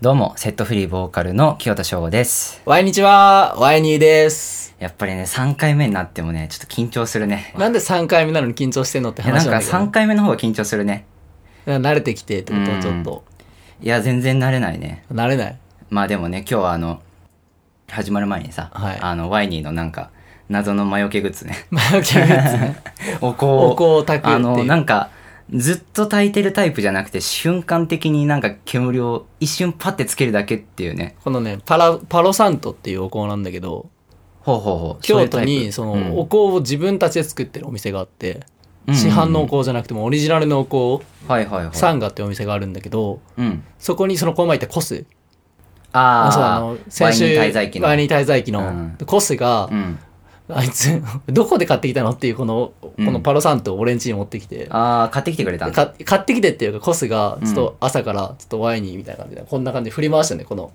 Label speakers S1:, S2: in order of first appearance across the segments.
S1: どうも、セットフリーボーカルの清田翔吾です。
S2: ワイニチは、ワイニーです。
S1: やっぱりね、3回目になってもね、ちょっと緊張するね。
S2: なんで3回目なのに緊張してんのって
S1: いやなん
S2: 話
S1: か
S2: なんだけど、
S1: 3回目の方が緊張するね。
S2: 慣れてきてってことちょっと、
S1: いや、全然慣れないね。
S2: 慣れない。
S1: まあでもね、今日はあの、始まる前にさ、
S2: はい
S1: あの、ワイニーのなんか、謎の魔除けグッズね。
S2: マヨキャベツね。
S1: お香
S2: お香を焚くっていう
S1: あの、なんか、ずっと炊いてるタイプじゃなくて、瞬間的になんか煙を一瞬パッてつけるだけっていうね。
S2: このね、パラ、パロサントっていうお香なんだけど、
S1: ほうほうほう。
S2: 京都にそ
S1: そういうタイプ
S2: のお香を自分たちで作ってるお店があって、市販のお香じゃなくてもオリジナルのお香を、
S1: うんはいはいはい。
S2: サンガっていうお店があるんだけど、
S1: うん。
S2: そこにそのこの前言ったコス。
S1: ああ、
S2: そうあの、先週、
S1: ワイン滞在期の。
S2: ワイニー滞在期の、
S1: うん
S2: コスが
S1: う、ん。
S2: あいつ、 どこで買ってきたのっていうこの、このパロサントを俺ん家に持ってきて、
S1: ああ、買ってきてくれたんだ。
S2: か買ってきてっていうかコスがちょっと朝からちょっとワイニーみたいな感じでこんな感じで振り回してねこの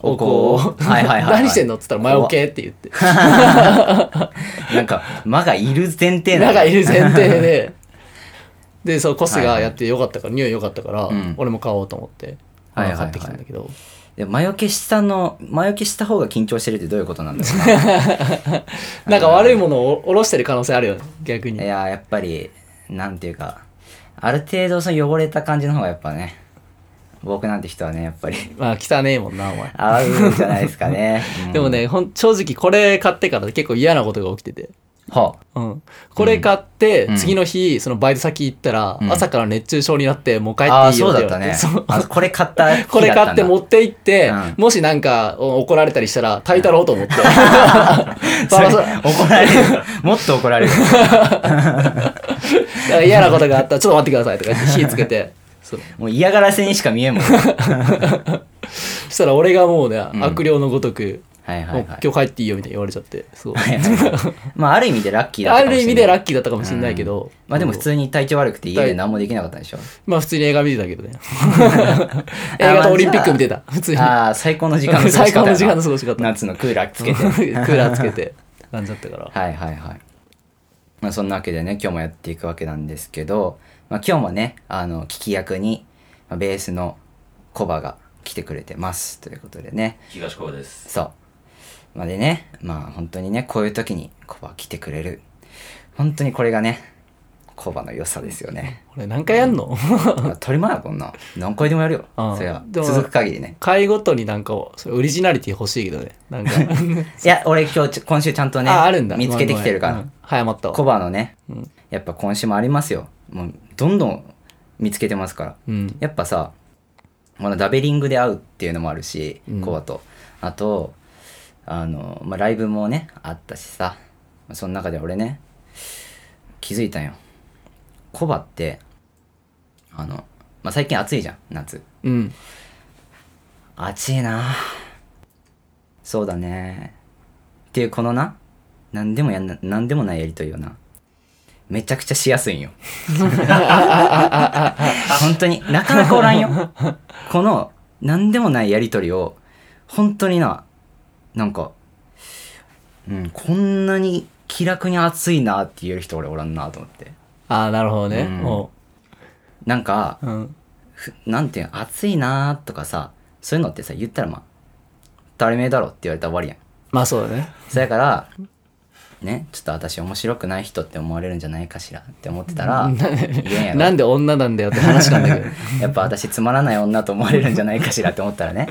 S1: お香
S2: を
S1: はいはいはいはい
S2: 何してんのっつったら「前置け」って言って
S1: なんか、間がいる前提な
S2: なん
S1: の
S2: かいる前 提ででそうコスがやってよかったから、匂いよかったから、
S1: うん
S2: 俺も買おうと思って、
S1: はいはいはい
S2: 買ってきたんだけど
S1: で魔除けしたの、魔除けした方が緊張してるってどういうことなんだ ろ
S2: なんか悪いものをおろしてる可能性あるよね逆
S1: う
S2: に
S1: な。いやー、やっぱり、なんていうか、ある程度その汚れた感じの方がやっぱね、僕なんて人はね、やっぱり、
S2: まあ汚ねえもんなお前
S1: 合うんじゃないですかね。うん
S2: でも、ねほん正直これ買ってから結構嫌なことが起きてて
S1: は
S2: うん、これ買って、
S1: うん
S2: 次の日そのバイト先行ったら、
S1: うん
S2: 朝から熱中症になってもう帰っ
S1: ああー、
S2: ていい
S1: そ
S2: よ
S1: う
S2: って
S1: だ
S2: 言
S1: っ
S2: わ
S1: た
S2: れ
S1: ね
S2: てそう。
S1: あこれ買った日だたんだ。
S2: これ買って持って行って、
S1: うん
S2: もしなんかお怒られたりしたら炊いたろうと 思って
S1: それ
S2: そうそうだか
S1: 怒られる。もっと怒られる。
S2: ら嫌なことがあったらちょっと待ってくださいとか 言って火つけてそう
S1: もう嫌がらせにしか見えんもん。はい
S2: そしたら俺がもうね、
S1: ん
S2: 悪霊のごとく、
S1: はいは
S2: もう
S1: い。
S2: 今日帰っていいよみたいに言われちゃって そう
S1: はいはいまあ、ある意味でラッキーだっ
S2: あ
S1: たかもしれない。
S2: る意味でラッキーだったかもしれないけど、
S1: まあでも普
S2: に
S1: 通に体調悪くて家で何もできなかったんでしょ
S2: まあ普通に映画見てたけどね 映画とオリンピック見てた普通に
S1: ああ、最高の時間の過ごし方やな。
S2: 最高の時間の過ごし方
S1: 夏のクーラーつ けて。
S2: ク
S1: はい
S2: ーラーつけて感じだったから
S1: はいはい。まあそんなわけでね、今日もやっていくわけなんですけど、まあ今日もね、あの、聞き役に、まあベースのコバが来てくれてます。ということでね。
S3: 東高です。
S1: そう。まあでね、まあ本当にね、こういう時にコバ来てくれる。本当にこれがね、コバの良さですよ ね。
S2: これ何回やんの
S1: まあ当たり前やこんな。何回でもやるよ。
S2: ああ
S1: それは
S2: でも
S1: 続く限りね。
S2: 回ごとになんかそれオリジナリティ欲しいけどねなんか
S1: いや、俺今日ちょ、今週ちゃんとね、
S2: ああるんだ
S1: 見つけてきてるから。
S2: うん早まった
S1: コ
S2: わ
S1: バのね、
S2: うん
S1: やっぱ今週もありますよ。もう、どんどん見つけてますから。
S2: うん
S1: やっぱさ、このダベリングで会うっていうのもあるし、
S2: うん
S1: コバと。あと、あの、まあ、ライブもね、あったしさ、その中で俺ね、気づいたんよ。コバって、あの、まあ、最近暑いじゃん、夏。
S2: うん
S1: 暑いなそうだねっていうこのな何でもやんな何でもないやりとりをなめちゃくちゃしやすいんよ本当になかなかおらんよこの何でもないやりとりを本当にななんか、うん、こんなに気楽に暑いなって言える人俺おらんなと思って
S2: ああなるほどね
S1: うん
S2: も
S1: なんか
S2: ううん
S1: ふなんていうの暑いなーとかさそういうのってさ言ったらまあ当たり前だろって言われたら終わりやん
S2: まあそうだね
S1: そや からねちょっと私面白くない人って思われるんじゃないかしらって思ってたら言えんや
S2: な
S1: ろ
S2: んで女なんだよって話なん だけど
S1: やっぱ私つまらない女と思われるんじゃないかしらって思ったらね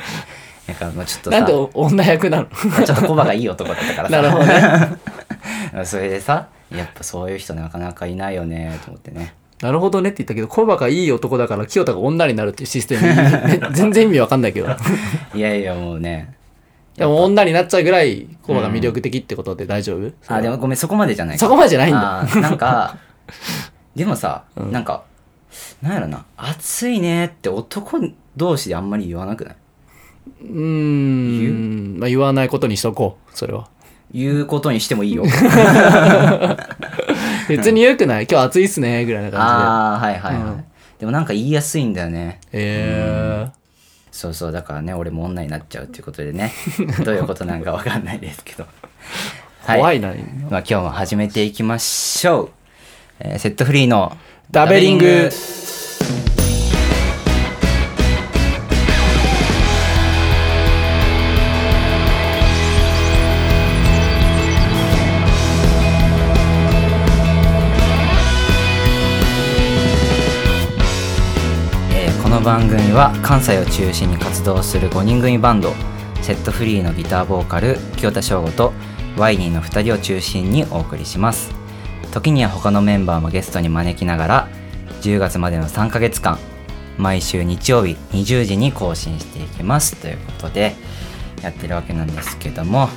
S1: だからもうちょっと
S2: なん
S1: さ
S2: で
S1: ちょ
S2: お女役なの
S1: っとコバがいい男だったから
S2: なるほど
S1: さ
S2: ね
S1: それでさやっぱそういう人なかなかいないよねと思ってね
S2: なるほどねって言ったけどコバがいい男だから清田が女になるっていうシステムね 全然意味わかんな いけど
S1: いやいやもうね
S2: でも女になっちゃうぐらいコバが魅力的ってことで大丈夫
S1: あでもごめんそこまでじゃない
S2: そこまでじゃないんだ
S1: あーなん かでもさ、なんかなんやろな暑いねって男同士であんまり言わなくないう
S2: ーん、まあ、言わないことにしとこうそ れは
S1: 言うことにしてもいい よ
S2: 別によくない今日暑いっすねぐらいな感
S1: ああはいはいはい、
S2: うん
S1: でもなんか言いやすいんだよね
S2: じでえー、
S1: そうそうだからね俺も女になっちゃうっていうことで ねどういうことなんかわかんないですけどは
S2: 怖いな、
S1: まあ、今日も始めていきましょう、えーセットフリーの
S2: ダベリング
S1: ダベリングの番組は関西を中心に活動する5人組バンドセットフリーのギターボーカル清田翔吾とワイニーの2人を中心にお送りします時には他のメンバーもゲストに招きながら10月までの3ヶ月間毎週日曜日20時に更新していきますということでやってるわけなんですけども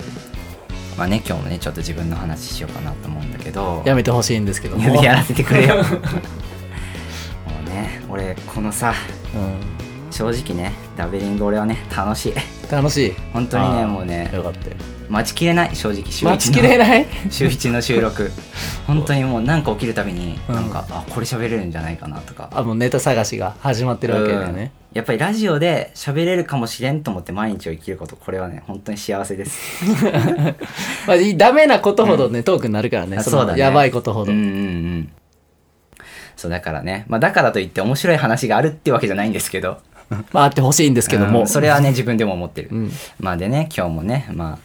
S1: まあね今日もねちょっと自分の話しようかなと思うんだけど
S2: やめてほしいんですけど
S1: や
S2: も。
S1: やらせてく れよもうね俺このさ
S2: うん、
S1: 正直ねダベリング俺はね楽しい
S2: 楽しい。
S1: 本当にね
S2: あー
S1: もうね
S2: よかったよ。
S1: 待ちきれない正直週一の
S2: 待ちきれない
S1: 週一の収録本当にもうなんか起きるたびに
S2: うん
S1: なんか、あこれ喋れるんじゃないかなとか
S2: あ、もうネタ探しが始まってるわけだよね。
S1: うんやっぱりラジオで喋れるかもしれんと思って毎日を生きることこれはね本当に幸せです
S2: まあ、いいダメなことほどね、トークになるからね。
S1: あ
S2: の
S1: そうだね
S2: やばいことほ
S1: うん
S2: ど。
S1: うんうんそうだからね、まあ、だからといって面白い話があるってわけじゃないんですけど
S2: まあ、あってほしいんですけど
S1: う
S2: も。
S1: んそれはね自分でも思ってる、
S2: うん。
S1: まあでね今日もねまあ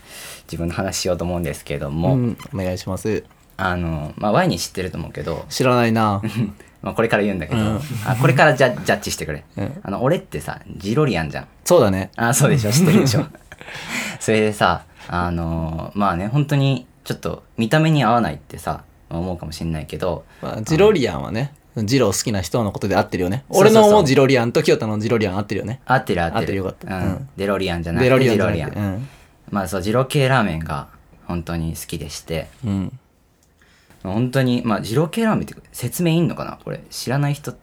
S1: 自分の話しようと思うんですけども、
S2: うんお願いします。
S1: あのまあワイに知ってると思うけど、
S2: 知らないな。
S1: まあ、これから言うんだけど、
S2: うん
S1: あこれからジャジャッジしてくれ、
S2: うん
S1: あの俺ってさジロリアンじゃん
S2: そうだね。
S1: あそうでしょ知ってるでしょ それでさあのまあね本当にちょっと見た目に合わないってさ思うかもしれないけど
S2: まあ、ジロリアンはね、ジロー好きな人のことで合ってるよね。
S1: そうそう
S2: 俺
S1: そう
S2: のもジロリアンと清田のジロリアン合ってるよね。
S1: 合ってる合ってる
S2: 合ってるよかった
S1: うん
S2: うん
S1: デロリアンじゃなく
S2: デロ
S1: て
S2: リア
S1: ジ
S2: ンじゃ
S1: ロ
S2: なく
S1: リアン
S2: て。うん。
S1: まあそうジロ系ラーメンが本当に好きでして
S2: うん。
S1: 本当にまあ二郎系ラーメンって説明いんのかなこれ知らない人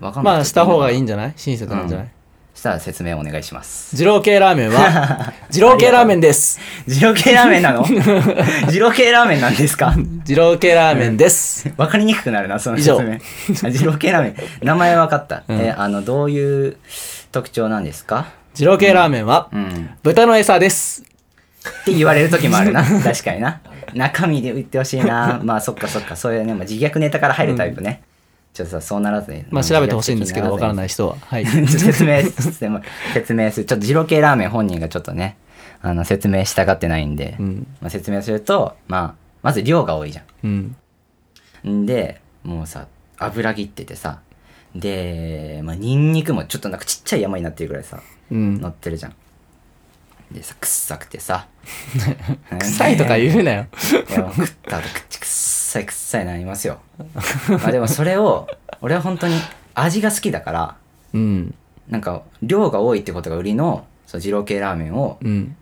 S1: わかんない
S2: まあ、した方がいい
S1: ん
S2: んじゃない親切なんじゃない、
S1: したら説明お願いします
S2: 二郎系ラーメ ンは、二郎系ラーメンです。
S1: 二郎系ラーメン なの二郎系ラーメンなんですか
S2: 二郎系ラーメンです。
S1: わかりにくくなるなその
S2: 以
S1: 説
S2: 上
S1: 明あ二郎系ラーメン名前わかった、
S2: うん
S1: えあのどういう特徴なんですか
S2: 二郎系ラーメンは、
S1: うん
S2: 豚の餌です。
S1: って言われる時もある な確かにな中身で言ってほしいなまあそっかそっかそういうね、まあ、自虐ネタから入るタイプね、ちょっとさそうならずに
S2: まあ、調べてほしいんですけど、わから
S1: い
S2: ない人は。はい。
S1: ちょっと 説明しても説明するちょっと二郎系ラーメン本人がちょっとねあの説明したがってないんで、
S2: うん。
S1: まあ、説明すると、まあ、まず量が多いじゃ
S2: うん。
S1: んんでもうさ油切っててさで、まあ、ニンニクもちょっとなんかちっちゃい山になってるぐらいさ
S2: うん
S1: 乗。ってるじゃんでさ臭くてさ
S2: 臭いとか
S1: う
S2: 言うなよ。
S1: いやもう食った後口臭い臭いなりますよまあでもそれを俺は本当に味が好きだから
S2: うん。
S1: なんか量が多いってことが売りのその二郎系ラーメンを
S2: うん。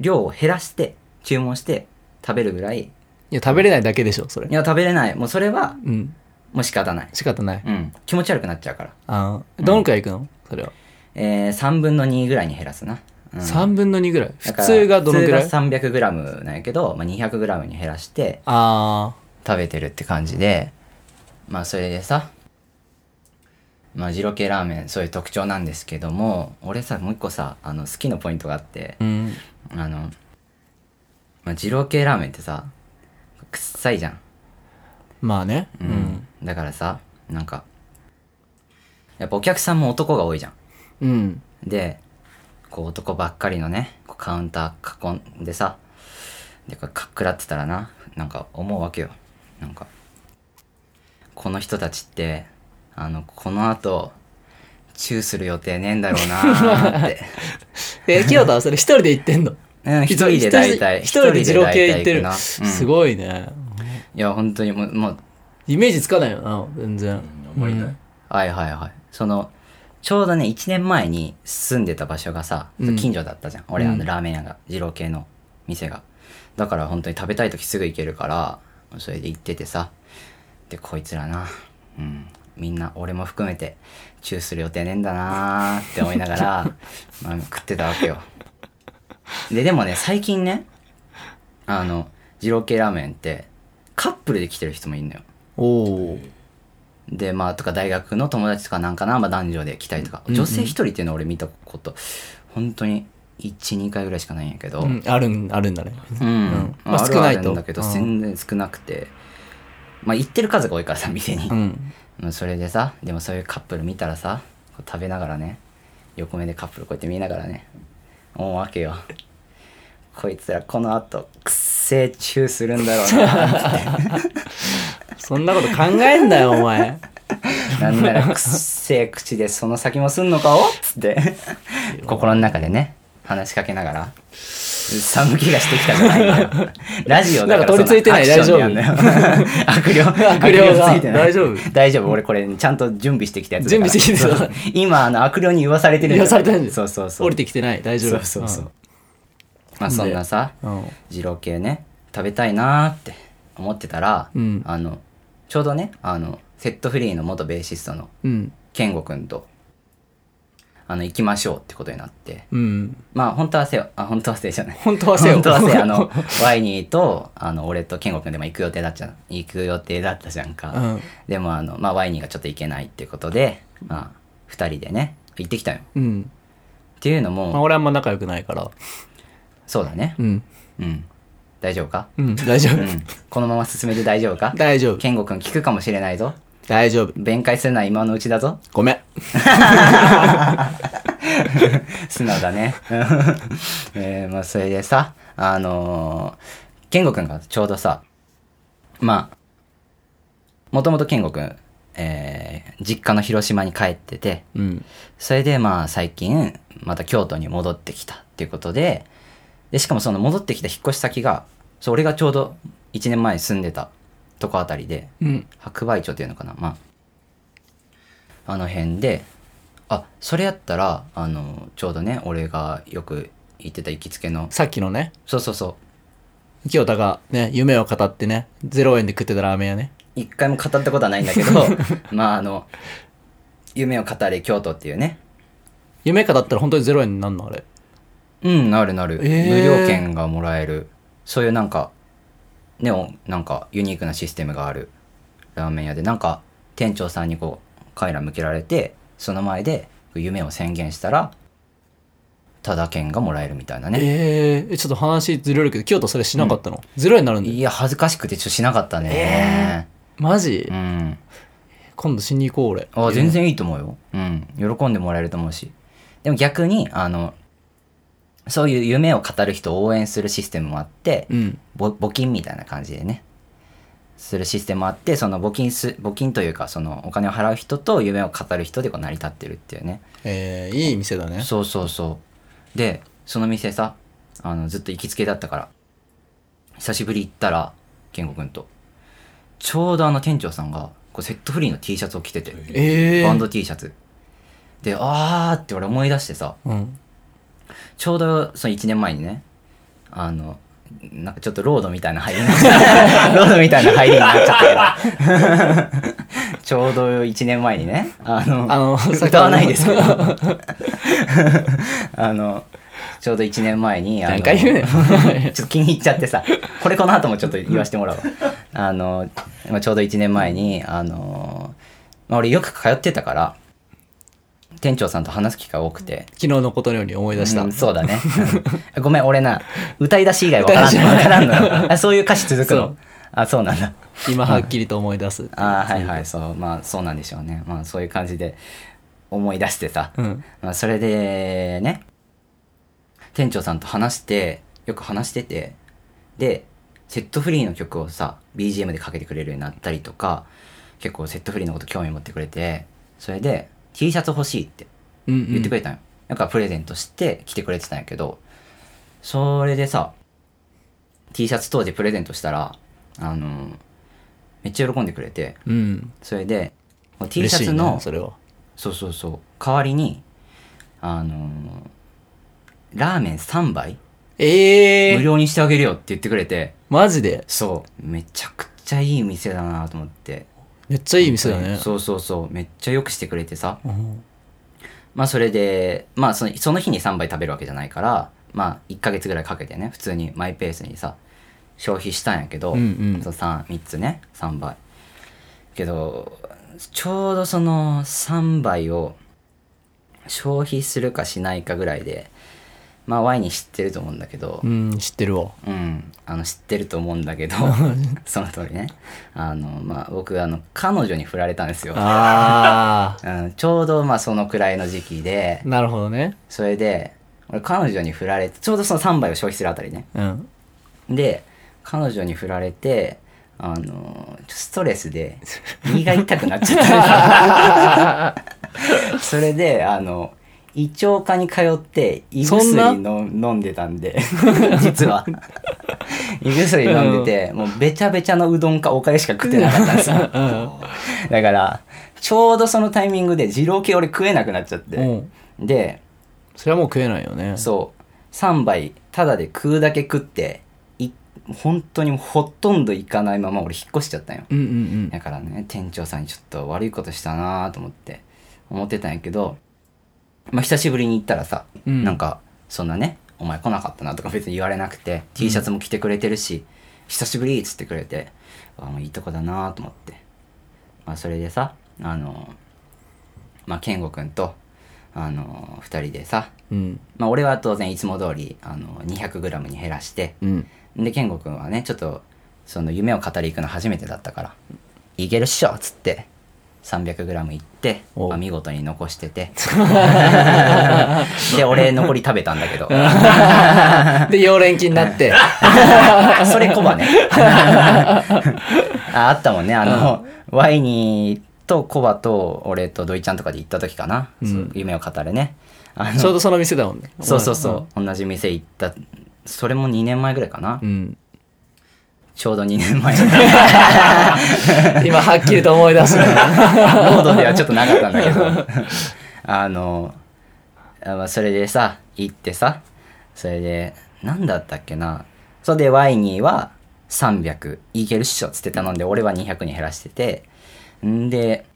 S1: 量を減らして注文して食べるぐらい
S2: いや、食べれないだけでしょ、それ
S1: い。や食べれないもうそれは
S2: うん。
S1: もう仕方ない、
S2: 仕方ない。
S1: うん、気持ち悪くなっちゃうから、
S2: あーどんくらいいくのそれは。
S1: え3分の2ぐらいに減らすな、うん
S2: 3分の2ぐらい。普
S1: だから
S2: 通がどのぐらい
S1: 普通が 300g なんやけど、まあ、200g に減らして
S2: あ
S1: 食べてるって感じでまあそれでさまあ二郎系ラーメンそういう特徴なんですけども俺さもう一個さあの好きなポイントがあって
S2: ー。うん。
S1: あの、まあ、二郎系ラーメンってさ臭いじゃん、
S2: まあね。う
S1: うん
S2: ん。
S1: だからさなんかやっぱお客さんも男が多いじゃん
S2: うん。
S1: でこう男ばっかりのねこうカウンター囲んでさでこうかっくらってたらななんか思うわけよなんかこの人たちってあのこのあとチューする予定ねえんだろうなーって
S2: え、清田はそれ一人で行ってんの
S1: うん一人で大体
S2: 一人で一人で二郎系行
S1: 一人で大
S2: って
S1: 体
S2: る。
S1: 行くなうん
S2: すごいね。
S1: いや本当にもうもう
S2: イメージつかないよな、全然。うん
S1: はいはいはいそのちょうどね1年前に住んでた場所がさ
S2: うん
S1: 近所だったじゃん、俺あ
S2: う
S1: の
S2: ん
S1: ラーメン屋が二郎系の店がだから本当に食べたい時すぐ行けるからそれで行っててさでこいつらなうんみんな俺も含めてチューする予定ねえんだなーって思いながら、 まあ、食ってたわけよででもね最近ねあの二郎系ラーメンってカップルで来てる人もいるのよ
S2: おー
S1: でまあとか大学の友達とかなんかな、まあ、男女で来たりとか、
S2: うん
S1: 女性一人っていうのは俺見たこと本当に12回ぐらいしかないんやけど、
S2: うんあるん、あるんだね。
S1: うん
S2: まあ
S1: る
S2: 少ないと
S1: あるんだけど
S2: うん
S1: 全然少なくて、まあ行ってる数が多いからさ店に
S2: う、ん。
S1: うんそれでさでもそういうカップル見たらさこう食べながらね横目でカップルこうやって見ながらね思うわけよこいつらこのあとくっせえチューするんだろう な
S2: そんなこと考えんなよ、お前。
S1: なんならくっせせえ口でその先もすんのかおっつって 心の中でね話しかけながら寒気がしてきたじゃない のよラジオだから
S2: なんか取り付いてない
S1: そのアクションでやんのよ 悪霊
S2: 悪霊が
S1: ついてない
S2: 大丈夫
S1: 大丈夫俺これちゃんと準備してきたやつだから
S2: 準備してきた
S1: そう今あの悪霊に言わされてる
S2: 言わされてるんです
S1: そうそうそう
S2: 降りてきてない大丈
S1: そ
S2: 夫
S1: うそうそう、まあそんなさ
S2: うんうん
S1: 二郎系ね食べたいなーって思ってたら、
S2: うん
S1: あのちょうどねあのセットフリーの元ベーシストの
S2: うん
S1: 健吾君とあの行きましょうってことになって
S2: うん
S1: まあ本当はせよあ本当はせよじゃない
S2: 本当はせよ
S1: 本当はせよあ のワイニーとあの俺と健吾君でも行く予定だったじゃん行く予定だったじゃんか、
S2: うん
S1: でもあの、まあ、ワイニーがちょっと行けないっていうことで、まあ、2人でね行ってきたよ
S2: うん
S1: っていうの
S2: まあ
S1: も
S2: 俺あんま仲良くないから
S1: そうだね
S2: うん
S1: うん大丈夫か
S2: うん大丈
S1: う
S2: 夫
S1: んこのまま進めて大丈夫か
S2: 大丈夫
S1: 健吾君聞くかもしれないぞ
S2: 大丈夫
S1: 弁解するのは今のうちだぞ
S2: ごめん
S1: 素直だね えーまあそれでさあのー、健吾君がちょうどさまあもともと健吾君えー実家の広島に帰ってて
S2: うん
S1: それでまあ最近また京都に戻ってきたっていうことででしかもその戻ってきた引っ越し先がそう俺がちょうど1年前に住んでたとこあたりで
S2: うん
S1: 白梅町っていうのかなまああの辺であそれやったらあのちょうどね俺がよく行ってた行きつけの
S2: さっきのね
S1: そうそうそう
S2: 清田がね夢を語ってね0円で食ってたラーメン屋ね
S1: 一回も語ったことはないんだけどまああの「夢を語れ京都」っていうね
S2: 夢語ったら本当に0円になんのあれ
S1: うんなるなる、
S2: えー
S1: 無料券がもらえるそういうなんかねおなんかユニークなシステムがあるラーメン屋でなんか店長さんにこうカメラ向けられてその前で夢を宣言したらただ券がもらえるみたいなね、
S2: えーえちょっと話ずれるけど清田それしなかったの、0円になるんだよ
S1: いや恥ずかしくてちょっとしなかったね、
S2: マジ、
S1: うん
S2: 今度しに行こう俺
S1: あ全然いいと思うよ、うん、喜んでもらえると思うしでも逆にあのそういう夢を語る人を応援するシステムもあって、
S2: うん
S1: ぼ募金みたいな感じでねするシステムもあってその募金す募金というかそのお金を払う人と夢を語る人でこう成り立ってるっていうね
S2: えー、いい店だね
S1: そうそうそうでその店さあのずっと行きつけだったから久しぶり行ったら健吾君とちょうどあの店長さんがこうセットフリーの T シャツを着てて、
S2: えー、
S1: バンド T シャツであーって俺思い出してさ
S2: うん
S1: ちょうどその1年前にねあのなんかちょっとロードみたいな入りになっちゃった ロードみたいな入りになっちゃったけど ちょうど1年前にねあの
S2: あの
S1: 歌わないです けどあのちょうど1年前にあの
S2: 何回言うねん
S1: ちょっと気に入っちゃってさ、これこの後もちょっと言わせてもらおう。あの、まあちょうど1年前に、あの、まあ、俺よく通ってたから、店長さんと話す機会多くて。
S2: 昨日のことのように思い出した、
S1: うんそうだね。 うんごめん、俺な、歌い出し以外わからんの。わ
S2: 歌い出し
S1: からんのよあそういう歌詞続く
S2: そ
S1: の
S2: う。
S1: あ、そうなんだ。
S2: 今はっきりと思い出す
S1: あーはいはい、そう、まあそうなんでしょうね。まあそういう感じで思い出してさ。
S2: うん
S1: まあ、それでね店長さんと話してよく話しててでセットフリーの曲をさ BGM でかけてくれるようになったりとか結構セットフリーのこと興味持ってくれてそれで T シャツ欲しいって
S2: うんうん
S1: 言ってくれたんよ、なんかプレゼントして来てくれてたんやけどそれでさ T シャツ当時プレゼントしたらあのめっちゃ喜んでくれて
S2: うん
S1: それでもう T シ
S2: 嬉
S1: ャ
S2: しい
S1: ツ
S2: ね
S1: の
S2: それは
S1: そうそうそう代わりにあのーラーメン3杯
S2: ええ
S1: 無料にしてあげるよって言ってくれて
S2: マジで
S1: そうめちゃくちゃいい店だなと思って
S2: めっちゃいい店だね
S1: そうそうそうめっちゃよくしてくれてさ
S2: うん
S1: まあそれでまあそのその日に3杯食べるわけじゃないからまあ1ヶ月ぐらいかけてね普通にマイペースにさ消費したんやけど、
S2: うんうん
S1: そう 3, 3つね3倍けどちょうどその3倍を消費するかしないかぐらいでまあ Y に知ってると思うんだけど
S2: うん知ってるわ
S1: うん、あの知ってると思うんだ けどその通りねあのまあ僕あの彼女に振られたんですよ、
S2: あ
S1: うん、ちょうどまあそのくらいの時期で
S2: あ なるほどね
S1: それで俺彼女に振られてちょうどその3倍を消費するあたりね
S2: うん
S1: で彼女に振られてあのーストレスで胃が痛くなっちゃっ た。それで、あの、胃腸科に通って胃
S2: そん
S1: 薬
S2: な
S1: の飲んでたんで、実 は。胃薬飲んでて、もうべちゃべちゃのうどんかおかゆしか食ってなかったんですよ。だから、ちょうどそのタイミングで二郎系俺食えなくなっちゃって。
S2: うん。
S1: で、
S2: それはもう食えないよね。
S1: そう3杯ただで食うだけ食ってい本当にほとんど行かないまま俺引っ越しちゃったんよ
S2: うんうん
S1: だからね店長さんにちょっと悪いことしたなと思って思ってたんやけどまあ久しぶりに行ったらさ、
S2: うん。うん。
S1: なんかそんなねお前来なかったなとか別に言われなくて、T シャツも着てくれてるし久しぶりっつってくれてあもういいとこだなと思ってまあそれでさあのまあ健吾くんとあの2人でさ
S2: うん。
S1: まあ、俺は当然いつも通りあの 200g に減らして
S2: うん。
S1: で健吾君はねちょっとその夢を語り行くの初めてだったから「いけるっしょ」っつって 300g いって、
S2: お
S1: まあ、見事に残して て で俺残り食べたんだけ ど
S2: で、溶連菌にな って。
S1: それコバね ああったもんねあの、ワイニーとコバと俺と土井ちゃんとかで行った時かな、
S2: うん
S1: そう夢を語れねあの
S2: ちょうどその店だもんね。
S1: そうそうそう同じ店行ったそれも2年前ぐらいかな、
S2: う。うん。
S1: ちょうど2年前
S2: 今、はっきりと思い出 すね。
S1: ロードではちょっとなかったんだけどあのあまあそれでさ行ってさそれで何だったっけなそれでワイニーは300いけるっしょっつって頼んで俺は200に減らしててんで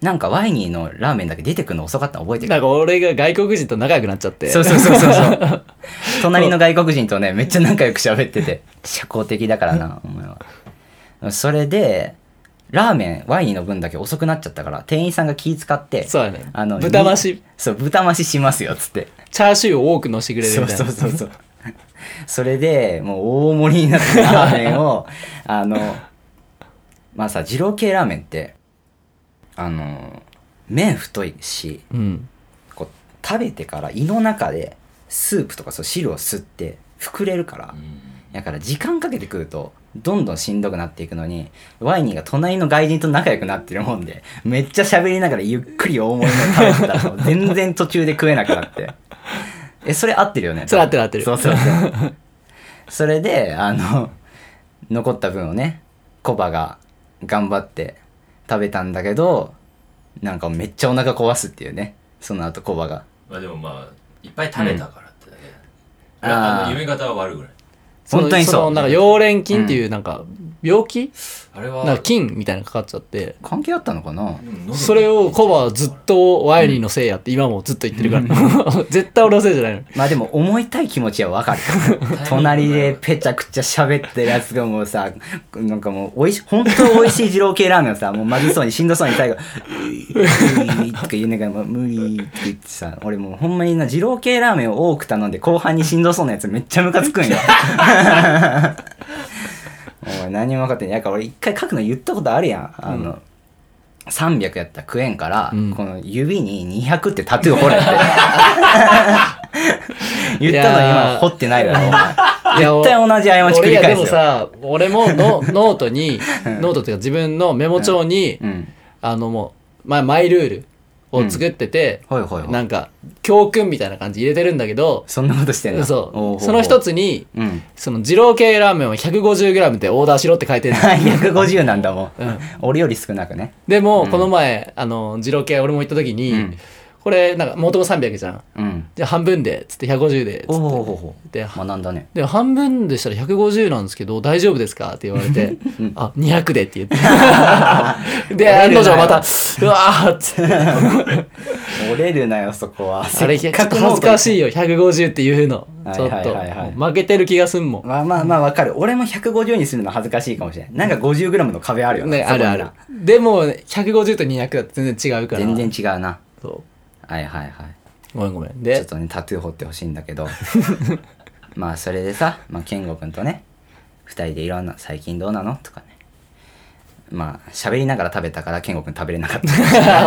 S1: なんかワイニーのラーメンだけ出てくるの遅かったの覚えてる
S2: なんか俺が外国人と仲良くなっちゃって。
S1: そうそうそうそうそう。 隣の外国人とね、めっちゃ仲良く喋ってて。社交的だからな、お前は。それで、ラーメン、ワインの分だけ遅くなっちゃったから、店員さんが気使って、
S2: そうやね。
S1: あの
S2: 豚増
S1: に
S2: し、
S1: そう、豚増ししますよ、つって。
S2: チャーシューを多く乗してくれる
S1: そ
S2: み
S1: う
S2: たい
S1: そ
S2: な
S1: う。そうそう。 それで、もう大盛りになったラーメンを、 あの、まあさ、二郎系ラーメンって、あの、麺太いし、
S2: うん。
S1: こう食べてから胃の中でスープとかそう汁を吸って膨れるから、だから時間かけて食うとどんどんしんどくなっていくのにワイニーが隣の外人と仲良くなってるもんでめっちゃ喋りながらゆっくり大盛りの食べてたら全然途中で食えなくなって えそれ合ってるよね
S2: それ合ってる合ってる
S1: そうそうそうそれであの残った分をねコバが頑張って食べたんだけどなんかめっちゃお腹壊すっていうねその後コバが
S3: まあでもまあいっぱい食べたからってだけ
S1: うん
S3: だ、あ
S1: あー
S3: の夢型は悪ぐらい
S1: 本当にそう
S2: ののなんか、溶連菌っていう、なんか、病気、
S3: あれ
S2: なん
S3: は
S2: か、菌みたいなのかかっちゃって。
S1: 関係あったのかな
S2: それをコバはずっとワイリーのせいやって今もずっと言ってるから。 絶対俺のせいじゃないの。
S1: まあでも思いたい気持ちは わかる隣でぺちゃくちゃ喋ってるやつがもうさなんかもうおいし本当美味しい二郎系ラーメンをさもうまずそうにしんどそうに最後「うーとか言いながら「もう無理」って言ってさ俺もうほんまにな二郎系ラーメンを多く頼んで後半にしんどそうなやつめっちゃムカつく んよお前何も分かってないやから俺一回書くの言ったことあるやんあの、300やったら食えんから、
S2: うん
S1: この指に200ってタトゥー掘れって言ったのに
S2: いや
S1: 今
S2: ー
S1: 掘ってないだろお前
S2: いや
S1: 絶対同じ過ち繰
S2: 俺
S1: り
S2: いや
S1: 返
S2: で
S1: す
S2: も
S1: よ
S2: さ、俺ものノー トに、ノートっていうか自分のメモ帳に、
S1: うん
S2: あのもう、まあ、マイルールを作ってて、
S1: ほいほいほ
S2: ないんか、教訓みたいな感じ入れてるんだけど、
S1: そんなことしてんの
S2: そう。その一つに、
S1: うん
S2: その二郎系ラーメンを 150g でオーダーしろって書いて る
S1: 150なんだもん、
S2: うん
S1: 俺より少なくね
S2: でも、この前、あの、二郎系俺も行った時に、
S1: うん
S2: これ、なんか、元も300じゃん。
S1: うん
S2: じゃあ半分で、つって150で、
S1: お
S2: つっ
S1: おほう
S2: て。
S1: ほう
S2: で、
S1: 学んだね
S2: で半分でしたら150なんですけど大丈夫ですかって言われて「あ200で」って言っ てで案の定また「うわー」って
S1: 折れるなよそこは
S2: あれちょっと恥ずかしいよ150っていうの
S1: はい
S2: ちょっ
S1: はい
S2: と
S1: はいはい
S2: 負けてる気がすんもん
S1: まあまあまあわかる俺も150にするの恥ずかしいかもしれないなんか 50g の壁あるよね
S2: ねあるあるでも150と200だと全然違うから
S1: 全然違うな
S2: そ
S1: はいはいはい。
S2: うごめんごめん
S1: ちょっ
S2: で
S1: とね、タトゥー彫ってほしいんだけど。まあ、それでさ、まあ、健吾くんとね、二人でいろんな、最近どうなのとかね。まあ、喋りながら食べたから、健吾くん食べれなかった。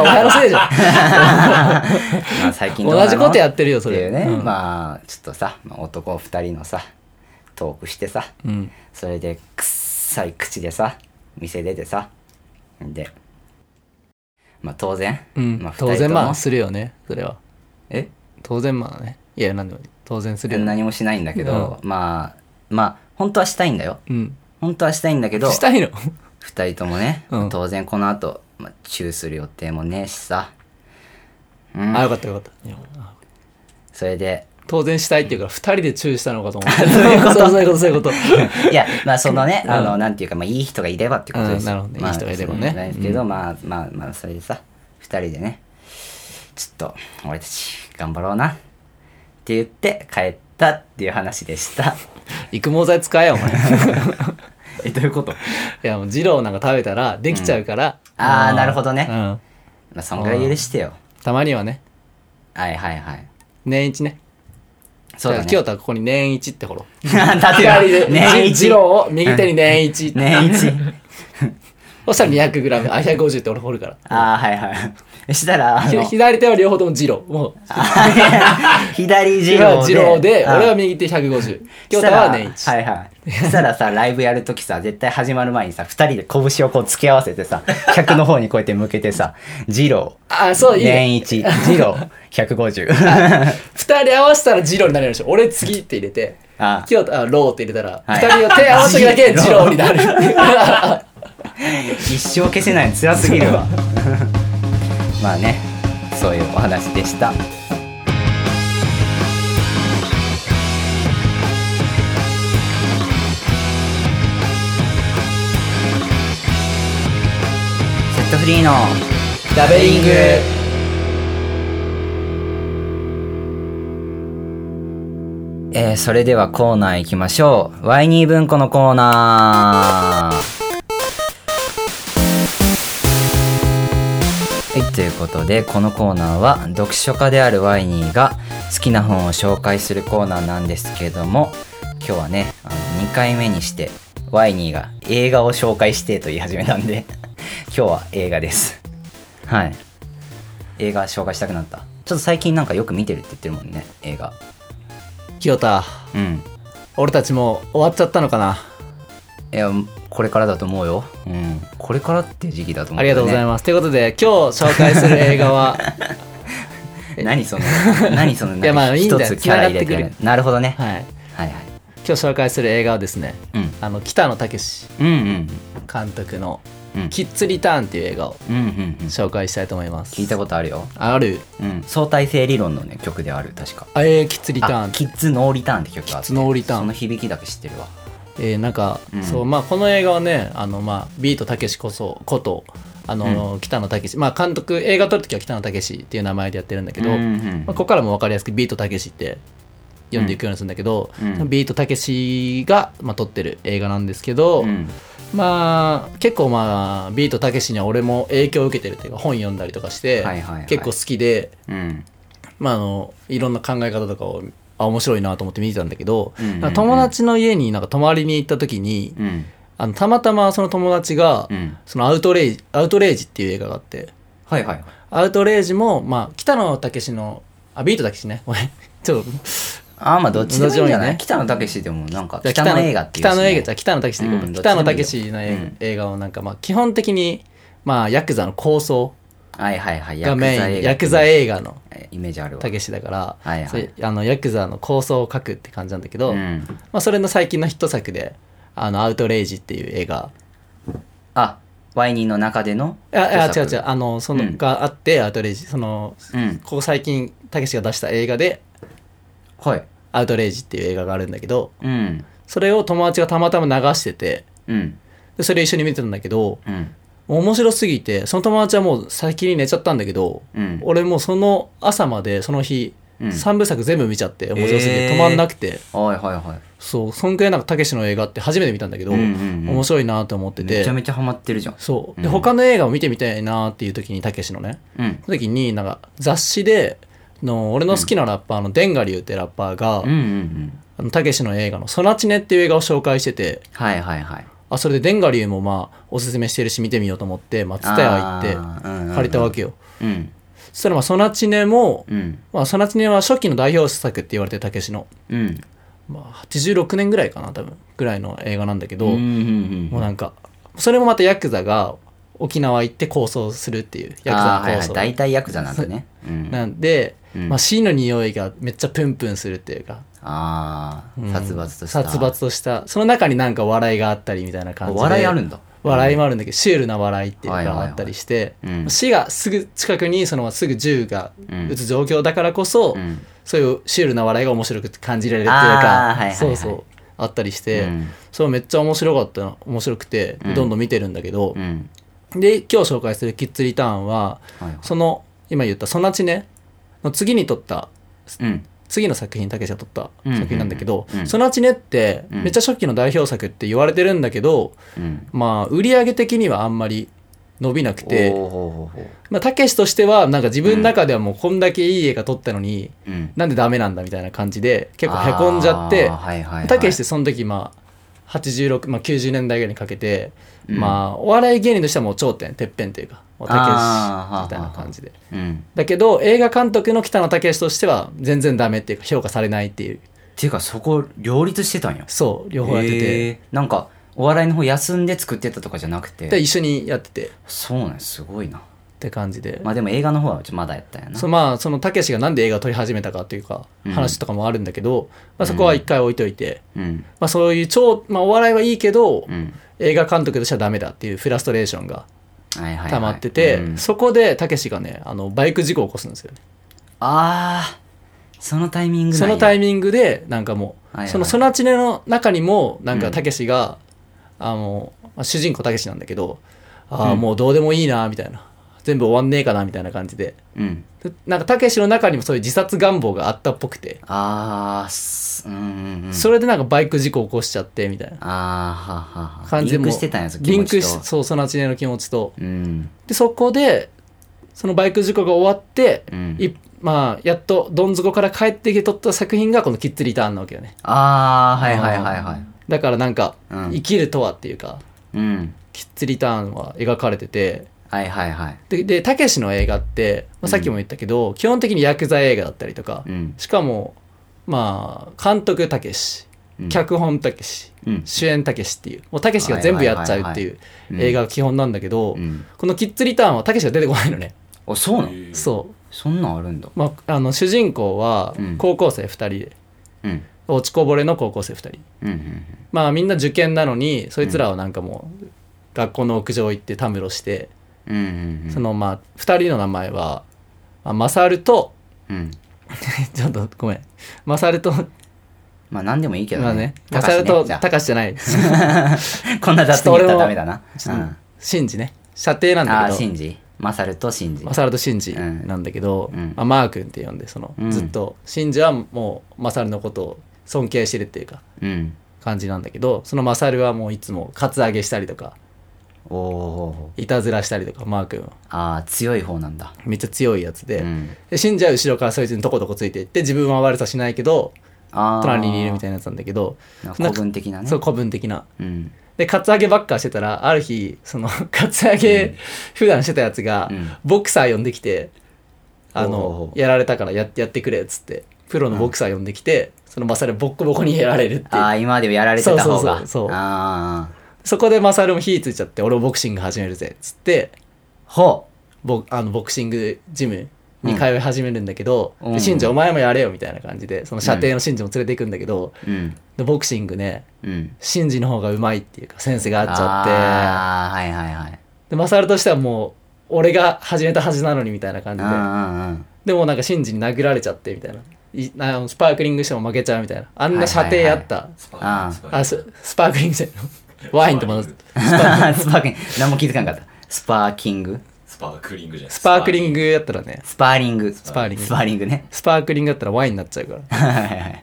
S2: お前のせいじゃん
S1: まあ、最近どうなの
S2: 同じことやってるよそれ
S1: っていうね、
S2: うん
S1: まあ、ちょっとさ、まあ、男二人のさ、トークしてさ、
S2: うん
S1: それで、くっそさい口でさ、店出てさ、で、まあ当然、
S2: うん
S1: まあ、
S2: 当
S1: 二人
S2: 然
S1: と
S2: まあ
S1: も、
S2: するよねそれは
S1: え
S2: 当然まあねいや何でもいい当然するよね
S1: 何もしないんだけど、まあ、まあ、本当はしたいんだよ。
S2: うん
S1: 本当はしたいんだけど、
S2: したいの
S1: 二人ともね、
S2: うん
S1: 当然この後、まあ、チューする予定もねえしさ、うん
S2: あよかったよかったいや
S1: それで、
S2: 当然したいっていうから二人で注意したのかと思って そういうことそういうことそういうこと
S1: いや、ま あそのね、
S2: うん
S1: あの、なんていうか、まあいい人がいればってことです。
S2: うんなるほどね
S1: まあ
S2: いい人がいればね
S1: そうなんですけど、まあまあまあ、それでさ、二人でね、ちょっと、俺たち、頑張ろうな。って言って、帰ったっていう話で した。
S2: 育毛剤使えよお前 い
S1: え、どういうこと
S2: やもう二郎なんか食べたらできちゃうから、
S1: うんあーなるほどね
S2: うん
S1: まあ、そんぐらい許してよ。
S2: たまにはね
S1: はいはいはい。
S2: 年一ね
S1: そうだ
S2: じゃあ
S1: ね。
S2: 清田はここに年一ってほろ
S1: だって
S2: で
S1: 年
S2: 二
S1: 一。
S2: 郎を右手に年一、
S1: 年一。
S2: そしたら 200g あ150って俺掘るから
S1: ああ、はいはい。したら、あ
S2: ひ
S1: の、
S2: 左手は両方とも二郎もう
S1: 左
S2: 二
S1: 二郎で。
S2: 郎二郎で
S1: あ
S2: 俺は右手150
S1: そ
S2: 京
S1: し
S2: 太
S1: たら
S2: は年一、
S1: はいはい。そしたらさ、ライブやるときさ、絶対始まる前にさ、二人で拳をこう突き合わせてさ、100の方にこうやって向けてさ、ジロ
S2: あそういいね
S1: 年一、ジロ150。
S2: 二人合わせたら二郎になれるでしょ俺次って入れて
S1: あ
S2: 清田あローって入れたら、
S1: はい
S2: 二人を手合わせただけ二郎になる
S1: 一生消せないの辛すぎるわ。 まあね、そういうお話でした。セットフリーの
S2: ダベリング
S1: えーそれではコーナー行きましょう。ワイニー文庫のコーナー。はい、ということで、このコーナーは読書家であるワイニーが好きな本を紹介するコーナーなんですけれども、今日はね、あの2回目にして、ワイニーが映画を紹介してと言い始めたんで、 今日は映画です。はい。映画紹介したくなった。ちょっと最近なんかよく見てるって言ってるもんね、映画。
S2: 清田
S1: うん。
S2: 俺たちもう終わっちゃったのかない
S1: や、これからだと思うよ。うん。これからって時期だと思う、
S2: ありがとうございます。ということで、今日紹介する映 画は、
S1: す。何その、何その、
S2: いやまあいいんだよ
S1: 一つキャラ入れて
S2: 繋が
S1: る
S2: って。
S1: なるほどね。
S2: はい、
S1: はいはい。
S2: 今日紹介する映画はですね、
S1: うん。
S2: あの北野武
S1: うんうん
S2: 監督の
S1: うん。うん
S2: 「キッズ・リターン」っていう映画を
S1: うんうんうん。
S2: 紹介したいと思います。
S1: 聞いたことあるよ。
S2: ある
S1: うん。相対性理論のね、曲である、確か。
S2: あえー、キッズ・
S1: リ
S2: リターン。
S1: キッズノーリターンって曲があって。
S2: キッズノーリターン
S1: その響きだけ知ってるわ。
S2: えーなんか、
S1: うん
S2: そうまあこの映画はねあの、まあ、ビートたけしこそことあの、北野武まあ監督映画撮る時は北野武っていう名前でやってるんだけど、
S1: うんう
S2: ま
S1: ん
S2: あ、ここからも分かりやすくビートたけしって呼んでいくようにするんだけど、
S1: うん
S2: ビートたけしが、まあ、撮ってる映画なんですけど、
S1: うん。
S2: まあ結構まあビートたけしには俺も影響を受けてるっていうか本読んだりとかして、
S1: はいはいはい
S2: 結構好きで、
S1: うん。
S2: まあ、あのいろんな考え方とかをあ面白いなと思って見てたんだけど、
S1: うんうんうん
S2: なんか友達の家になんか泊まりに行った時に、
S1: うん。
S2: あのたまたまその友達が、
S1: うん。
S2: そのアウトレイジ「アウトレイジ」っていう映画があって
S1: はいはい。
S2: アウトレイジも、まあ、北野武しのあビートたけしねごめん ちょっと
S1: あーまあどっちでもいいんじゃない
S2: どっ
S1: 北野武でもなんか
S2: じゃあ
S1: 北野映画っていうしね
S2: 北野映画じゃあ北野武でいこうか、
S1: うん
S2: 北野武の映
S1: どっちでもいい
S2: 画,、
S1: ようん
S2: 映画をなんかまあ基本的に、まあ、ヤクザの構想
S1: はいはいはい
S2: がメインヤクザ
S1: 映
S2: 映画の
S1: 画イメージあるわ
S2: たけしだから、
S1: はいはい
S2: それあのヤクザの構想を書くって感じなんだけど、
S1: う
S2: ま
S1: ん
S2: あ、それの最近のヒット作で「あのアウトレイジ」っていう映画
S1: あワイニーの中での
S2: ああ違う
S1: 著
S2: 違
S1: 作
S2: うあのその、
S1: うん
S2: があってアウトレイジその
S1: うん
S2: ここ最近たけしが出した映画で
S1: はい
S2: 「アウトレイジ」っていう映画があるんだけど
S1: うん
S2: それを友達がたまたま流してて
S1: うん
S2: でそれ一緒に見てたんだけど
S1: うん
S2: もう面白すぎてその友達はもう先に寝ちゃったんだけど、
S1: うん
S2: 俺もうその朝までその日、
S1: うん
S2: 三3部作全部見ちゃって面白すぎて
S1: えー
S2: 止まんなくて、
S1: はいはいはい
S2: そうそんくらいなんかたけしの映画って初めて見たんだけど、
S1: うんうんうん
S2: 面白いなと思って
S1: め
S2: て
S1: ちゃめちゃハマってるじゃん
S2: そうで
S1: うん
S2: 他の映画を見てみたいなっていう時にたけしのね
S1: うん
S2: その時になんか雑誌での俺の好きなラッパーのデンガリュウってラッパーが
S1: うんうんうん
S2: あのたけしの映画の「ソナチネ」っていう映画を紹介してて
S1: はいはいはい
S2: あそれでデンガリュウもまあおすすめしてるし見てみようと思って松田屋行って
S1: て
S2: 借りたわけよ、
S1: うん
S2: そしたらまあソナチネも、
S1: うん
S2: まあ、ソナチネは初期の代表作って言われてたけしの
S1: うん
S2: まあ、86年ぐらいかな多分ぐらいの映画なんだけど、
S1: うんうん
S2: もうなんかそれもまたヤクザが沖縄行って抗争するっていうヤク
S1: あ
S2: ザ
S1: ーは
S2: の
S1: い
S2: 抗
S1: はい
S2: 争、
S1: 大体ヤクザなんだね、うん、
S2: なんで、
S1: うん
S2: まあ、死の匂いがめっちゃプンプンするっていうか、
S1: ああ
S2: うん
S1: 殺伐とした
S2: 殺伐としたその中になんか笑いがあったりみたいな感じで
S1: 笑いあるんだ
S2: 笑いもあるんだけどシュールな笑いっていうの
S1: はいはい
S2: が
S1: は
S2: あ
S1: い
S2: ったりして、
S1: うん
S2: 死がすぐ近くにそのすぐ銃が
S1: うん
S2: 撃つ状況だからこそ、
S1: うん
S2: そういうシュールな笑いが面白く感じられるっていう
S1: あー
S2: か
S1: はいはいはい
S2: そうそうあったりして、
S1: うん
S2: それめっちゃ面白かったな面白くて
S1: うん
S2: どんどん見てるんだけど
S1: う、ん
S2: で今日紹介する「キッズリターンは」
S1: はいはい
S2: その今言った「ソナチネ」の次に撮った
S1: うん
S2: 次の作品たけしが撮った
S1: うん
S2: 作品なんだけど
S1: うん
S2: 「ソナチネ」って
S1: うん
S2: めっちゃ初期の代表作って言われてるんだけど、
S1: うん
S2: まあ売り上げ的にはあんまり伸びなくて
S1: おーほうほうほう
S2: まあたけしとしてはなんか自分の中ではもうこんだけいい映画撮ったのに、
S1: うん
S2: なんでダメなんだみたいな感じで結構へこんじゃって
S1: あーはいはいはい
S2: たけしってその時まあ86、まあ、90年代ぐらいにかけて、
S1: うん
S2: まあお笑い芸人としてはもう頂点てっぺんというかもうたけし
S1: あー
S2: みたいな感じで
S1: うん
S2: だけど映画監督の北野武としては全然ダメっていうか評価されないっていう
S1: っていうかそこ両立してたんや
S2: そう両方やってて、
S1: へーなんかお笑いの方休んで作ってたとかじゃなく
S2: で
S1: て
S2: 一緒にやっててっ
S1: そうなんやすごいな
S2: て感じで、
S1: まあでも映画の方はちょっとまだやったんやな
S2: そうまあそのたけしがなんで映画を撮り始めたかっていうか
S1: うん
S2: 話とかもあるんだけど、まあ、そこは一回置いといて、
S1: うん
S2: まあ、そういう超、まあ、お笑いはいいけど、
S1: うん
S2: 映画監督としてはダメだっていうフラストレーションが
S1: はいはいはい
S2: 溜まってて、
S1: うん
S2: そこでたけしがねあのバイク事故を起こすんですよね
S1: ああそのタイミング
S2: そのタ
S1: イ
S2: イミングでなんかもう、
S1: はいはい
S2: そのソナチネの中にもなん
S1: う
S2: か
S1: ん
S2: たけしが、あのまあ主人公たけしなんだけどああ、
S1: うん
S2: もうどうでもいいなみたいな全部終わんねえかなみたいな感じで
S1: うん
S2: でなんかたけしの中にもそういう自殺願望があったっぽくて、
S1: ああすうんうんうん
S2: それでなんかバイク事故を起こしちゃってみたいな
S1: ああははは
S2: 感じで
S1: リン
S2: もう
S1: クしてたんやそ
S2: リンク
S1: 気
S2: し
S1: 持ちと
S2: そうソナチネの気持ちと
S1: うん
S2: でそこでそのバイク事故が終わって、
S1: うん
S2: いまあ、やっとどん底から帰ってきて撮った作品がこの「キッズリターン」なわけよね
S1: ああはいはいはいはい
S2: だからなんか、
S1: うん
S2: 生きるとはっていうか
S1: うん
S2: キッズリターンは描かれてて
S1: はいはいはい
S2: ででたけしの映画って、まあ、さっきも言ったけど、基本的にヤクザ映画だったりとか、
S1: うん
S2: しかもまあ監督たけし
S1: うん
S2: 脚本たけし
S1: うん
S2: 主演たけしっていうもうたけしが全部やっちゃうっていう
S1: うん
S2: 映画が基本なんだけど、
S1: うん
S2: この「キッズリターン」はたけしが出てこないのね、
S1: あそうなの
S3: へー
S2: そう
S1: そんなんあるんだ
S2: まあ、あの主人公は
S1: うん
S2: 高校生2人で、
S1: うん
S2: 落ちこぼれの高校生2人
S1: うんうん
S2: まあみんな受験なのにそいつらはなんかもう学校の屋上行ってたむろして、
S1: うんうんうん
S2: そのまあ2人の名前は、まあ、マサルと
S1: うん
S2: ちょっとごめんマサルと、
S1: まあ何でもいいけど
S2: まあねマ
S1: 高
S2: サ
S1: 橋
S2: ル
S1: ね
S2: と
S1: じゃあ
S2: タカシじゃない
S1: こんな雑に言ったらダメだな
S2: ちょっ
S1: う
S2: と
S1: ん
S2: シンジね射程なん
S1: あ
S2: だ
S1: あ
S2: け
S1: シ
S2: ど
S1: ンジマサルとシンジ
S2: マサルとシンジなんだけど、
S1: うん
S2: まあ、マー君って呼んでその、
S1: うん
S2: ずっとシンジはもうマサルのことを尊敬してるっていうか
S1: うん
S2: 感じなんだけどそのマサルはもういつもカツアゲしたりとか
S1: おお
S2: いたずらしたりとかマー君は
S1: ああ強い方なんだ
S2: めっちゃ強いやつで,、
S1: うん
S2: で死んじゃう後ろからそいつにとことこついていって自分は悪さしないけど
S1: ああ
S2: 隣にいるみ
S1: い
S2: たいなやつなんだけど
S1: 古文的なね
S2: そう古文的な。
S1: うん
S2: でカツアゲばっかしてたらある日その カツアゲ、普段してたやつが、
S1: うん
S2: ボクサー呼んできてあ
S1: おうおう
S2: のやられたからややってくれっつってプロのボクサー呼んできて、そのマサルボッコボコにやられるっていう
S1: ああ今までやられてた方が
S2: そうそうそうそう
S1: ああ
S2: そこでマサルも火ついちゃって俺もボクシング始めるぜっつって
S1: ほ
S2: ボあのボクシングジムに通い始めるんだけど、
S1: うん
S2: で信者お前もやれよみたいな感じでその射程の信者も連れていくんだけど、
S1: ううん
S2: でボクシングね
S1: うん
S2: 信者の方がうまいっていうかセンスがあっちゃっ
S1: ああはいはいはい
S2: てでマサルとしてはもう俺が始めたはずなのにみたいな感じで
S1: うんうん
S2: でもなんか信者に殴られちゃってみたいないあのスパークリングしても負けちゃうみたいなあんな射程やった、
S3: スパーリング
S1: あー
S3: スパーリング
S2: あススパークリングしてワインと混ぜて
S1: うんスパーキング何も気づかなかったスパーキング
S3: スパークリングじゃない
S2: スパークリングやったらね
S1: スパーリングス
S2: パーリング
S1: スパーリングね
S2: スパークリングやったらワインになっちゃうから
S1: はいはいはい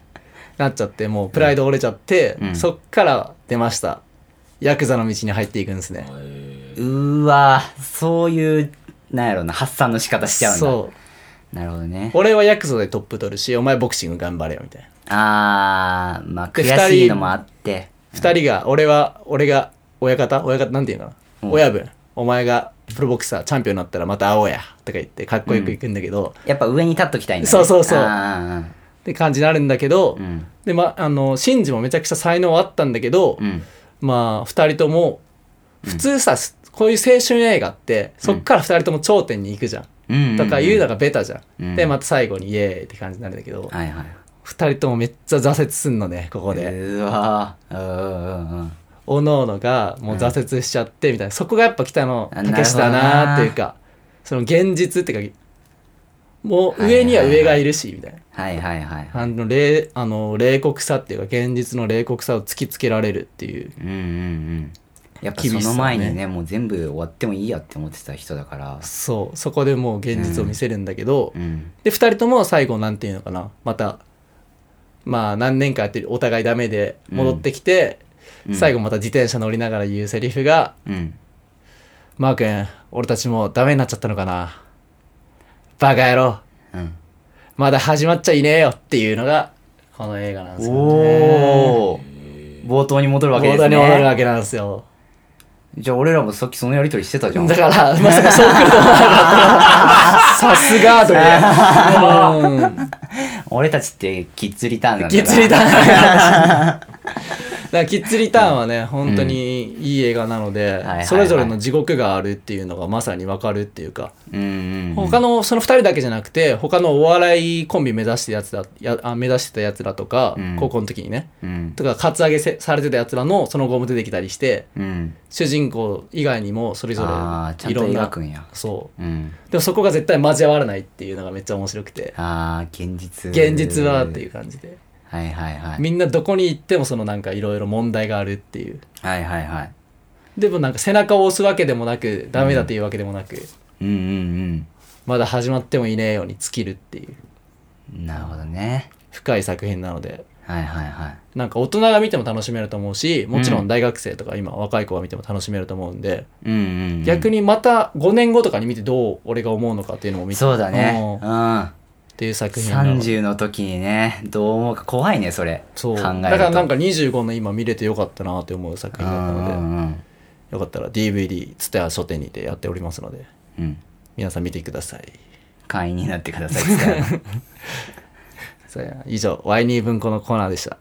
S2: なっちゃってもうプライド折れちゃって、
S1: うん
S2: そっから出ましたヤクザの道に入っていくんですね
S3: へー
S1: うーわーそういうなんやろうな発散の仕方しちゃうんだ
S2: そう
S1: なるほどね
S2: 俺はヤクザでトップ取るしお前ボクシング頑張れよみたいな
S1: あーまあ悔
S2: で
S1: しいのもあって
S2: 二人が俺は俺が親方親方なんて言うのかな、
S1: うん
S2: 親分お前がプロボクサーチャンピオンになったらまた会おうやとか言ってかっこよく行くんだけど、
S1: やっぱ上に立っときたいんだ、ね、
S2: そうそうそう
S1: あー
S2: って感じになるんだけど、
S1: うん
S2: でまあのシンジもめちゃくちゃ才能はあったんだけど、
S1: うん
S2: まあ2人とも普通さ、こういう青春映画ってそっから2人とも頂点に行くじゃん、
S1: うん
S2: とかいうの
S1: が、
S2: がベタじゃん、
S1: うん
S2: でまた最後にイエーイって感じになるんだけど、
S1: はいはい
S2: 二2人ともめっちゃ挫折すんのねここで、
S1: うわーうんうんうん
S2: おのおのがもう挫折しちゃってみたいな、そこがやっぱ北野
S1: あなるほどな
S2: 武だなっていうかその現実っていうかもう上には上がいるしみたいな、
S1: はいはいはいはい
S2: あの冷あの冷酷さっていうか現実の冷酷さを突きつけられるっていう
S1: うんうんうんやっぱ
S2: 厳しさ
S1: そ
S2: ね
S1: の前にねもう全部終わってもいいやって思ってた人だから
S2: そうそこでもう現実を見せるんだけど、
S1: うん
S2: で2人とも最後なんていうのかなまたまあ何年かやってお互いダメで戻ってきて、
S1: うん
S2: 最後また自転車乗りながら言うセリフが
S1: うん
S2: 「マー君俺たちもうダメになっちゃったのかなバカ野郎
S1: うん
S2: まだ始まっちゃいねえよ」っていうのがこの映画なんですよね。
S1: おお冒頭に戻るわけ
S2: 冒
S1: で
S2: 頭
S1: す
S2: に戻るわ
S1: ね
S2: けなんですよ。
S1: じゃあ俺らもさっきそのやりとりしてたじゃん
S2: だから、まさかそう来るとは思わなかった。 さすがとか。うん
S1: 俺たちってキッズリターンなんだ
S2: キ
S1: から
S2: ッズリターン。だからキッズリターンはね、本当にいい映画なので
S1: はいはい、
S2: それぞれの地獄があるっていうのがまさにわかるっていうか、
S1: うんうん
S2: 他の、その2人だけじゃなくて、他のお笑いコンビ目指してたやつだ、やあ目指してたやつらとか
S1: うん、
S2: 高校の時にね、
S1: うん
S2: とか、カツアゲせされてたやつらのその後も出てきたりして、
S1: うん
S2: 主人公以外にもそれぞ
S1: ああち
S2: れ
S1: ゃん
S2: い
S1: と描
S2: ろんな
S1: くんや
S2: そ
S1: う
S2: う
S1: ん
S2: でもそこが絶対交わらないっていうのがめっちゃ面白くて
S1: ああ現実
S2: 現実はっていう感じで
S1: はいはいはい
S2: みんなどこに行ってもそのなんかいろいろ問題があるっていう
S1: はいはいはい
S2: でもなんか背中を押すわけでもなくダメだというわけでもなく、
S1: うんうん
S2: まだ始まってもいねえように尽きるっていう
S1: うんなるほどね
S2: 深い作品なので
S1: はいはいはい
S2: なんか大人が見ても楽しめると思うしもちろん大学生とか今若い子が見ても楽しめると思うんで、
S1: うんうんうん
S2: 逆にまた5年後とかに見てどう俺が思うのかっていうのも見て
S1: そうだね
S2: う
S1: うん
S2: っ
S1: ん
S2: ていう作品なので
S1: 30の時にねどう思うか怖いねそれ
S2: そう
S1: 考えると
S2: だからなんか25の今見れてよかったなって思う
S1: う
S2: 作品だった
S1: ん
S2: の
S1: う
S2: で、
S1: んうん
S2: よかったら DVD ツタヤ書店にてやっておりますので
S1: うん
S2: 皆さん見てください
S1: 会員になってくださいって
S2: さあ以上ワイニー文庫のコーナーでした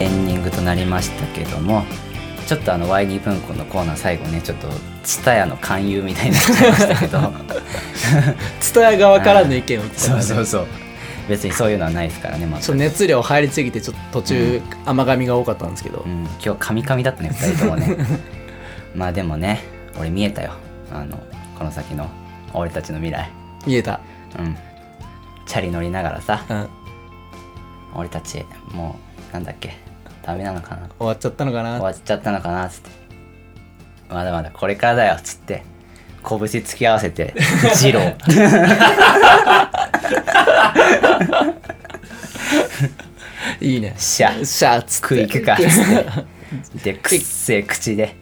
S1: エンディングとなりましたけどもちょっとあの Y2 文庫のコーナー最後ねちょっとツタヤの勧誘みたいになっちゃいましたけど
S2: ツタヤ側からの意見を言ってた
S1: そう
S2: からね
S1: そうそう別にそういうのはないですからねま
S2: ち
S1: ず、
S2: ょっと熱量入りすぎてちょっと途中甘噛みが多かったんですけど、
S1: うん、今日カミカミだったね2人ともね まあでもね俺見えたよあのこの先の俺たちの未来
S2: 見えた、
S1: うんチャリ乗りながらさ
S2: うん、終
S1: 俺たちもうなんだっけダメなのかな
S2: わっちゃったのかな
S1: 終わっちゃったのかなっつってまだまだこれからだよっつって拳突き合わせて「 ジロー」
S2: いいね
S1: シャ
S2: シャーつ
S1: 食い行くかっつってでくっせえ口で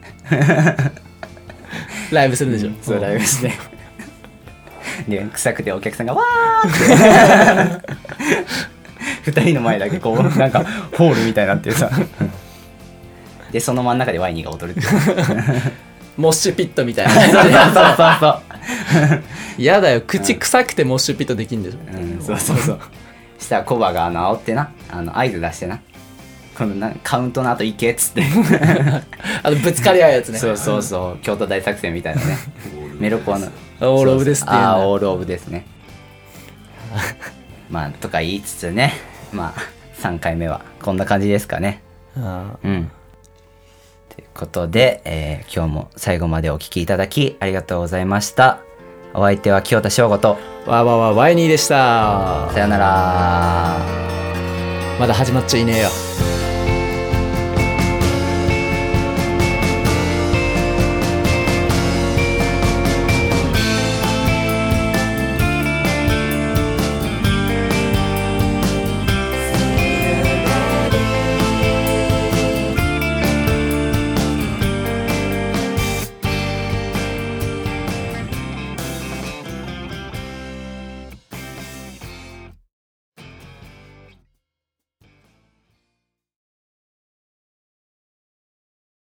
S2: ライブするでしょ、
S1: そうライブしてで臭くてお客さんが「わー!」って二人の前だけこうなんかホールみたいになってさでその真ん中でワイニーが踊るっていう そう
S2: モッシュピットみたいな
S1: そうそうそう
S2: やだよ口臭くてモッシュピットできんでしょ、
S1: うん、そうそうそうしたらコバがあの煽ってなあの合図出してなこのなカウントの後行けっ つって
S2: あのぶつかり合うやつね
S1: そうそうそう京都大作戦みたいなねメロコアの
S2: オールオブですっていうんだ
S1: ああーオールオブですね まあとか言いつつねまあ3回目はこんな感じですかね
S2: あ
S1: うんということで、えー今日も最後までお聞きいただきありがとうございましたお相手は清田翔吾と
S2: ーわーわーわーワイニーでした
S1: さよなら
S2: まだ始まっちゃいねえよ